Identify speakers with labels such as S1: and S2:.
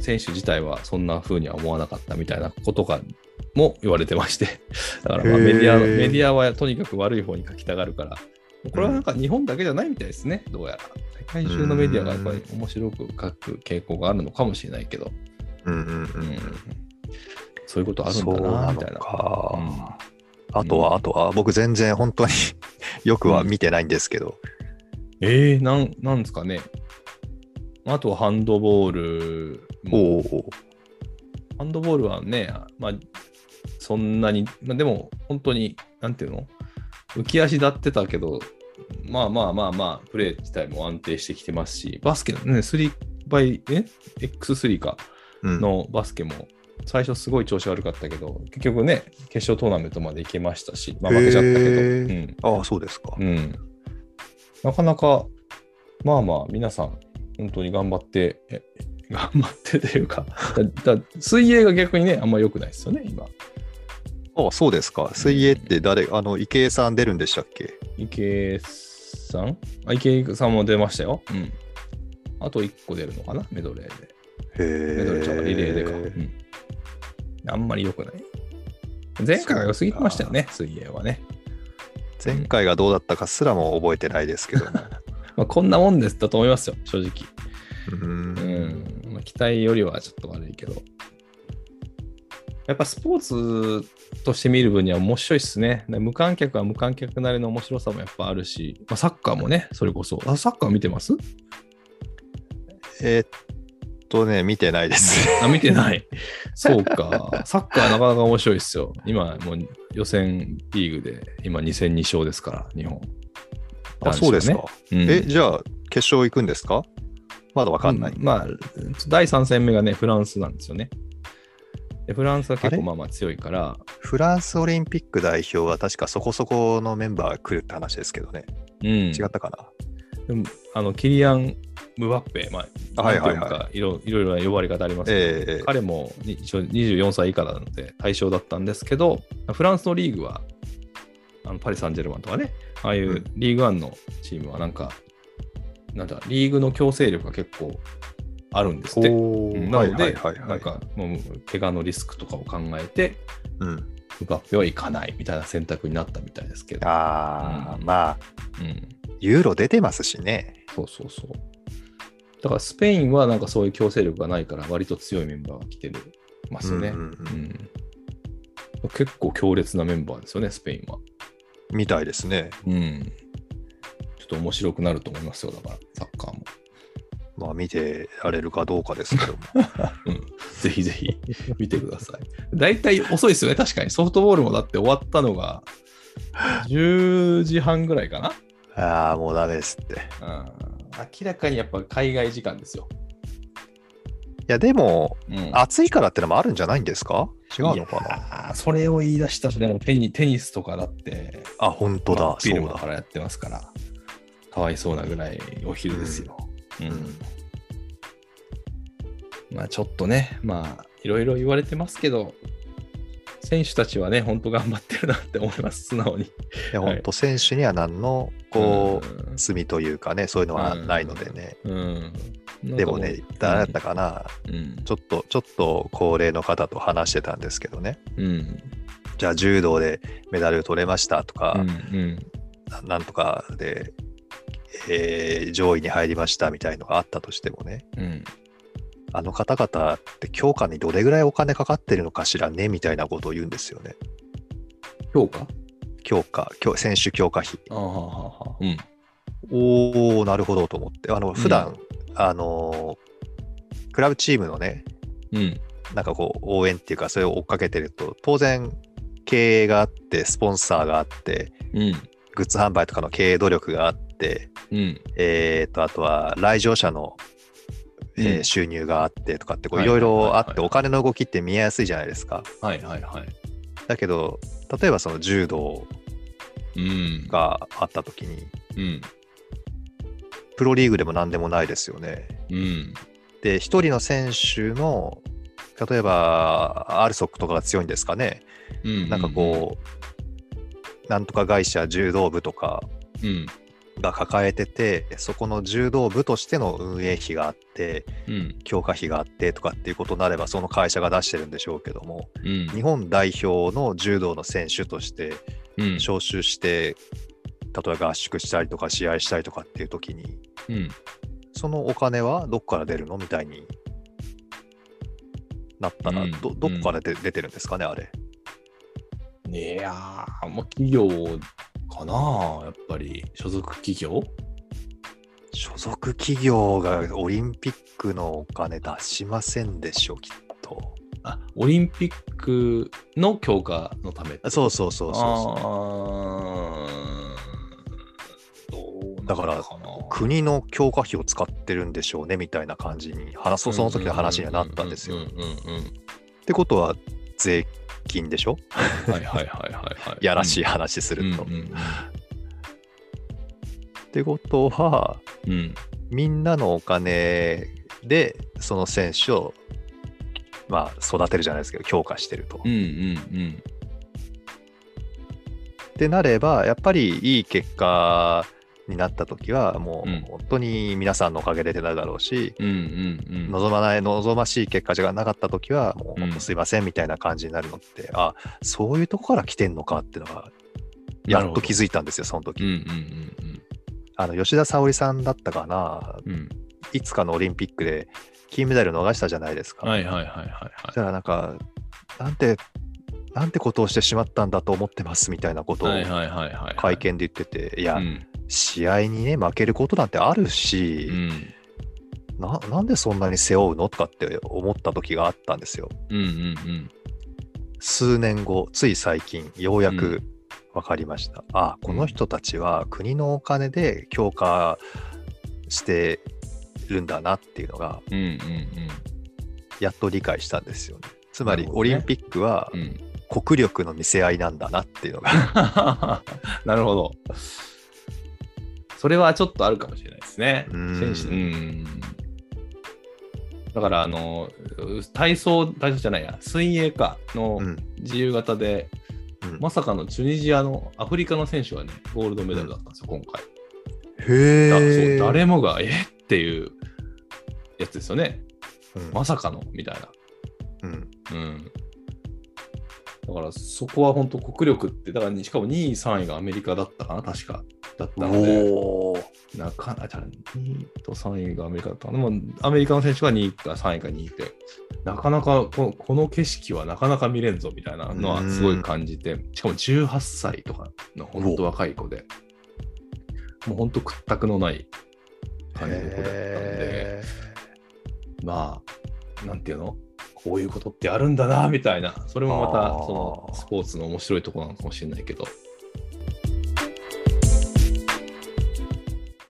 S1: 選手自体はそんな風には思わなかったみたいなことがも言われてまして だからまあ
S2: へー
S1: メディアメディアはとにかく悪い方に書きたがるからこれはなんか日本だけじゃないみたいですね、どうやら世界中のメディアがやっぱり面白く書く傾向があるのかもしれないけど、
S2: うんうんう
S1: うんん、そういうことあるん
S2: そう
S1: だな
S2: な
S1: み
S2: の
S1: たいな
S2: か、
S1: ん
S2: あとはあとは僕全然本当に よくは見てないんですけど、
S1: えー、なんなんですかねあとはハンドボールも
S2: おうおうおう
S1: ハンドボールはね、まあ、そんなに、まあ、でも本当に、なんていうの浮き足立ってたけど、まあまあまあまあ、プレー自体も安定してきてますし、バスケのね、3倍、え ?X3 か
S2: うん、
S1: のバスケも、最初すごい調子悪かったけど、結局ね、決勝トーナメントまで行けましたし、まあ、負けちゃったけど、
S2: へ
S1: うん、
S2: ああそうですか、
S1: うん。なかなか、まあまあ、皆さん、本当に頑張って、え頑張ってというか、だだ水泳が逆にね、あんま良くないですよね、今。
S2: ああそうですか水泳って誰あの池江さん出るんでしたっけ
S1: 池江さんあ池江さんも出ましたよ。うん。あと1個出るのかな、メドレーで。
S2: へえ
S1: メドレーちゃんがリレーでか。うん。あんまり良くない。前回が良すぎてましたよね、水泳はね。
S2: 前回がどうだったかすらも覚えてないですけども
S1: まあ、こんなもんですだと思いますよ、正直。
S2: う
S1: うんん、まあ、期待よりはちょっと悪いけど。やっぱスポーツとして見る分には面白いっすね。で無観客は無観客なりの面白さもやっぱあるし、まあ、サッカーもね、それこそ。あサッカー見て ます
S2: えーっとね見てないです
S1: あ、見てない。そうか。サッカーなかなか面白いっすよ。今、もう予選リーグで、今2戦2勝ですから、日本。
S2: あそうですか、
S1: うん。
S2: えじゃあ決勝行くんですかまだわかんない、
S1: うんまあ、第3戦目がね、フランスなんですよね。でフランスは結
S2: あ
S1: 構
S2: れ
S1: まあまあ強いから、
S2: フランスオリンピック代表は確かそこそこのメンバー来るって話ですけどね、
S1: うん、
S2: 違ったかな
S1: でもあのキリアン・ムバッペ、まあ、
S2: はいはいはい
S1: なんていうのかいろいろいろな呼ばれ方ありますけど、
S2: ええええ
S1: 彼もに一応24歳以下なので対象だったんですけど、フランスのリーグは、あのパリ・サンジェルマンとかね、ああいううんリーグワンのチームは、なんか、なんだ、リーグの強制力が結構あるんですって。
S2: お
S1: う
S2: ー
S1: んな
S2: はい
S1: の
S2: はい
S1: で、
S2: はいは
S1: なん
S2: い。
S1: か、もう、怪我のリスクとかを考えて、
S2: うん、
S1: ムバッペは行かないみたいな選択になったみたいですけど、
S2: ああ、
S1: うん
S2: まあ、
S1: うん、
S2: ユーロ出てますしね。
S1: そうそうそう。だからスペインはなんかそういう強制力がないから割と強いメンバーが来てるますよね。
S2: うんうんうん
S1: うん結構強烈なメンバーですよね、スペインは。
S2: みたいですね。
S1: うん。ちょっと面白くなると思いますよ、だから、サッカーも。
S2: まあ、見てられるかどうかですけども。
S1: ぜひぜひ見てください。大体遅いですよね、確かに。ソフトボールもだって終わったのが10時半ぐらいかな。
S2: ああ、もうダメですって。い
S1: うん明らかにやっぱ海外時間ですよ。
S2: や、でも、
S1: うん
S2: 暑いからってのもあるんじゃないんですか違うのか
S1: い
S2: な
S1: やーそれを言い出したら、でもテニテニスとかだって、
S2: あ、本当
S1: 真
S2: だ
S1: っ、
S2: そ
S1: 昼
S2: う
S1: 間か
S2: だ。
S1: らやってますから、かわいそうなぐらいお昼ですよ。うん
S2: うん
S1: まあちょっとね、まあいろいろ言われてますけど、選手たちはね、本当頑張ってるなって思います、素直に。
S2: いや、本当選手には何の、こう、罪というかね、そういうのはないのでね。
S1: うん、うん
S2: でもね、誰だったかな、
S1: うん、
S2: ちょっと、ちょっと高齢の方と話してたんですけどね。
S1: うん、
S2: じゃあ、柔道でメダル取れましたとか、
S1: うん、うん、
S2: ななんとかで、えー上位に入りましたみたいのがあったとしてもね、
S1: うん。
S2: あの方々って強化にどれぐらいお金かかってるのかしらねみたいなことを言うんですよね。
S1: 評価
S2: 強化、強選手強化費。
S1: ああ、はあはあ、うん。
S2: おー、なるほどと思って、あの普
S1: う
S2: 段、あのークラブチームのね、
S1: うん、
S2: なんかこう、応援っていうか、それを追っかけてると、当然、経営があって、スポンサーがあって、
S1: うん、
S2: グッズ販売とかの経営努力があって、
S1: うん。
S2: えー、とあとは来場者の、えー
S1: うん
S2: 収入があってとかってこう
S1: はいいは
S2: ろ
S1: い
S2: いろあ
S1: は
S2: っ
S1: い
S2: て
S1: はい
S2: お金の動きって見えやすいじゃないですか。
S1: はいはいはい。
S2: だけど例えばその柔道
S1: うん。
S2: があった時に
S1: うん。
S2: プロリーグでも何でもないですよね。
S1: うん。
S2: で1人の選手の例えばアルソックとかが強いんですかね。
S1: うん。
S2: なんかこうなんとか会社柔道部とか
S1: うん。
S2: が抱えてて、そこの柔道部としての運営費があって、
S1: うん。
S2: 強化費があってとかっていうことになれば、その会社が出してるんでしょうけども、
S1: うん。
S2: 日本代表の柔道の選手として
S1: うん。
S2: 招集して、例えば合宿したりとか試合したりとかっていう時に、
S1: うん。
S2: そのお金はどこから出るのみたいになったら、
S1: うん
S2: どどこからで出てるんですかね、あれ。
S1: いやー、まあ、企業かな、やっぱり。所属企業
S2: 所属企業がオリンピックのお金出しませんでしょう、きっと。
S1: あ、オリンピックの強化のため。
S2: あそうそうそうそうそう。
S1: そう
S2: だから国の強化費を使ってるんでしょうねみたいな感じに話そその時の話にはなったんですよ。
S1: うん
S2: っ
S1: うんうん
S2: てことは税金でしょ
S1: うん。はいはいはいはい、はい。
S2: やらしい
S1: い
S2: 話すると。
S1: うんうん
S2: ってことは
S1: うんうん
S2: みんなのお金でその選手を、まあ、育てるじゃないですけど強化してると。
S1: う
S2: っ
S1: んうん
S2: てなればやっぱりいい結果になった時はも
S1: うん
S2: う本当に皆さんのおかげで出ただろうし。
S1: うんうんうん
S2: 望まない望ましい結果じゃなかった時はも
S1: う
S2: う
S1: ん
S2: ほんとすいませんみたいな感じになるのって、あそういうとこから来てんのかっていうのがやっと気づいたんですよその時、
S1: うんうんうん
S2: あの吉田沙保里さんだったかな
S1: うんうん
S2: いつかのオリンピックで金メダル逃したじゃないですか、
S1: はいはいはいはい
S2: そし
S1: は
S2: たらなんかなんてなんてことをしてしまったんだと思ってますみたいなことを
S1: いはいはいはいはい
S2: 会見で言ってて、いや、
S1: うん
S2: 試合にね負けることなんてあるし
S1: う、ん
S2: ななんでそんなに背負うのとかって思った時があったんですよ
S1: うんうん
S2: 数年後、つい最近、ようや
S1: う
S2: く分かりました。あ、この人たちは国のお金で強化してるんだなっていうのが、
S1: うんうんうん
S2: やっと理解したんですよね。つま
S1: な
S2: り、
S1: るほ
S2: オ
S1: どね
S2: リンピックは
S1: うんうん
S2: 国力の見せ合いなんだなっていうのが、
S1: なるほどそれはちょっとあるかもしれないですね
S2: う
S1: 選
S2: ん
S1: 手うんだからあの体操体操じゃないや水泳かの
S2: うん、
S1: 自由形で、
S2: うん
S1: まさかのチュニジアのアフリカの選手がねゴールドメダルだったんですよ今回
S2: へ
S1: だ
S2: ー
S1: そう誰もがえっていうやつですよね。
S2: うん
S1: まさかのみたいな。
S2: うん
S1: うん。だからそこは本当国力って、だからしかも2位、3位がアメリカだったかな、確か。だったので、
S2: おー
S1: なかなか、2位と3位がアメリカだったかな。でもアメリカの選手が2位か3位か2位で、なかなかこのこの景色はなかなか見れんぞみたいなのはすごい感じて、しかも18歳とかの本当若い子で、もう本当屈託のない感じの子だったんで。
S2: へ
S1: まあ、なんていうのこういうことってあるんだな、みたいな。それもまた、
S2: あー
S1: その、スポーツの面白いところなのかもしれないけど。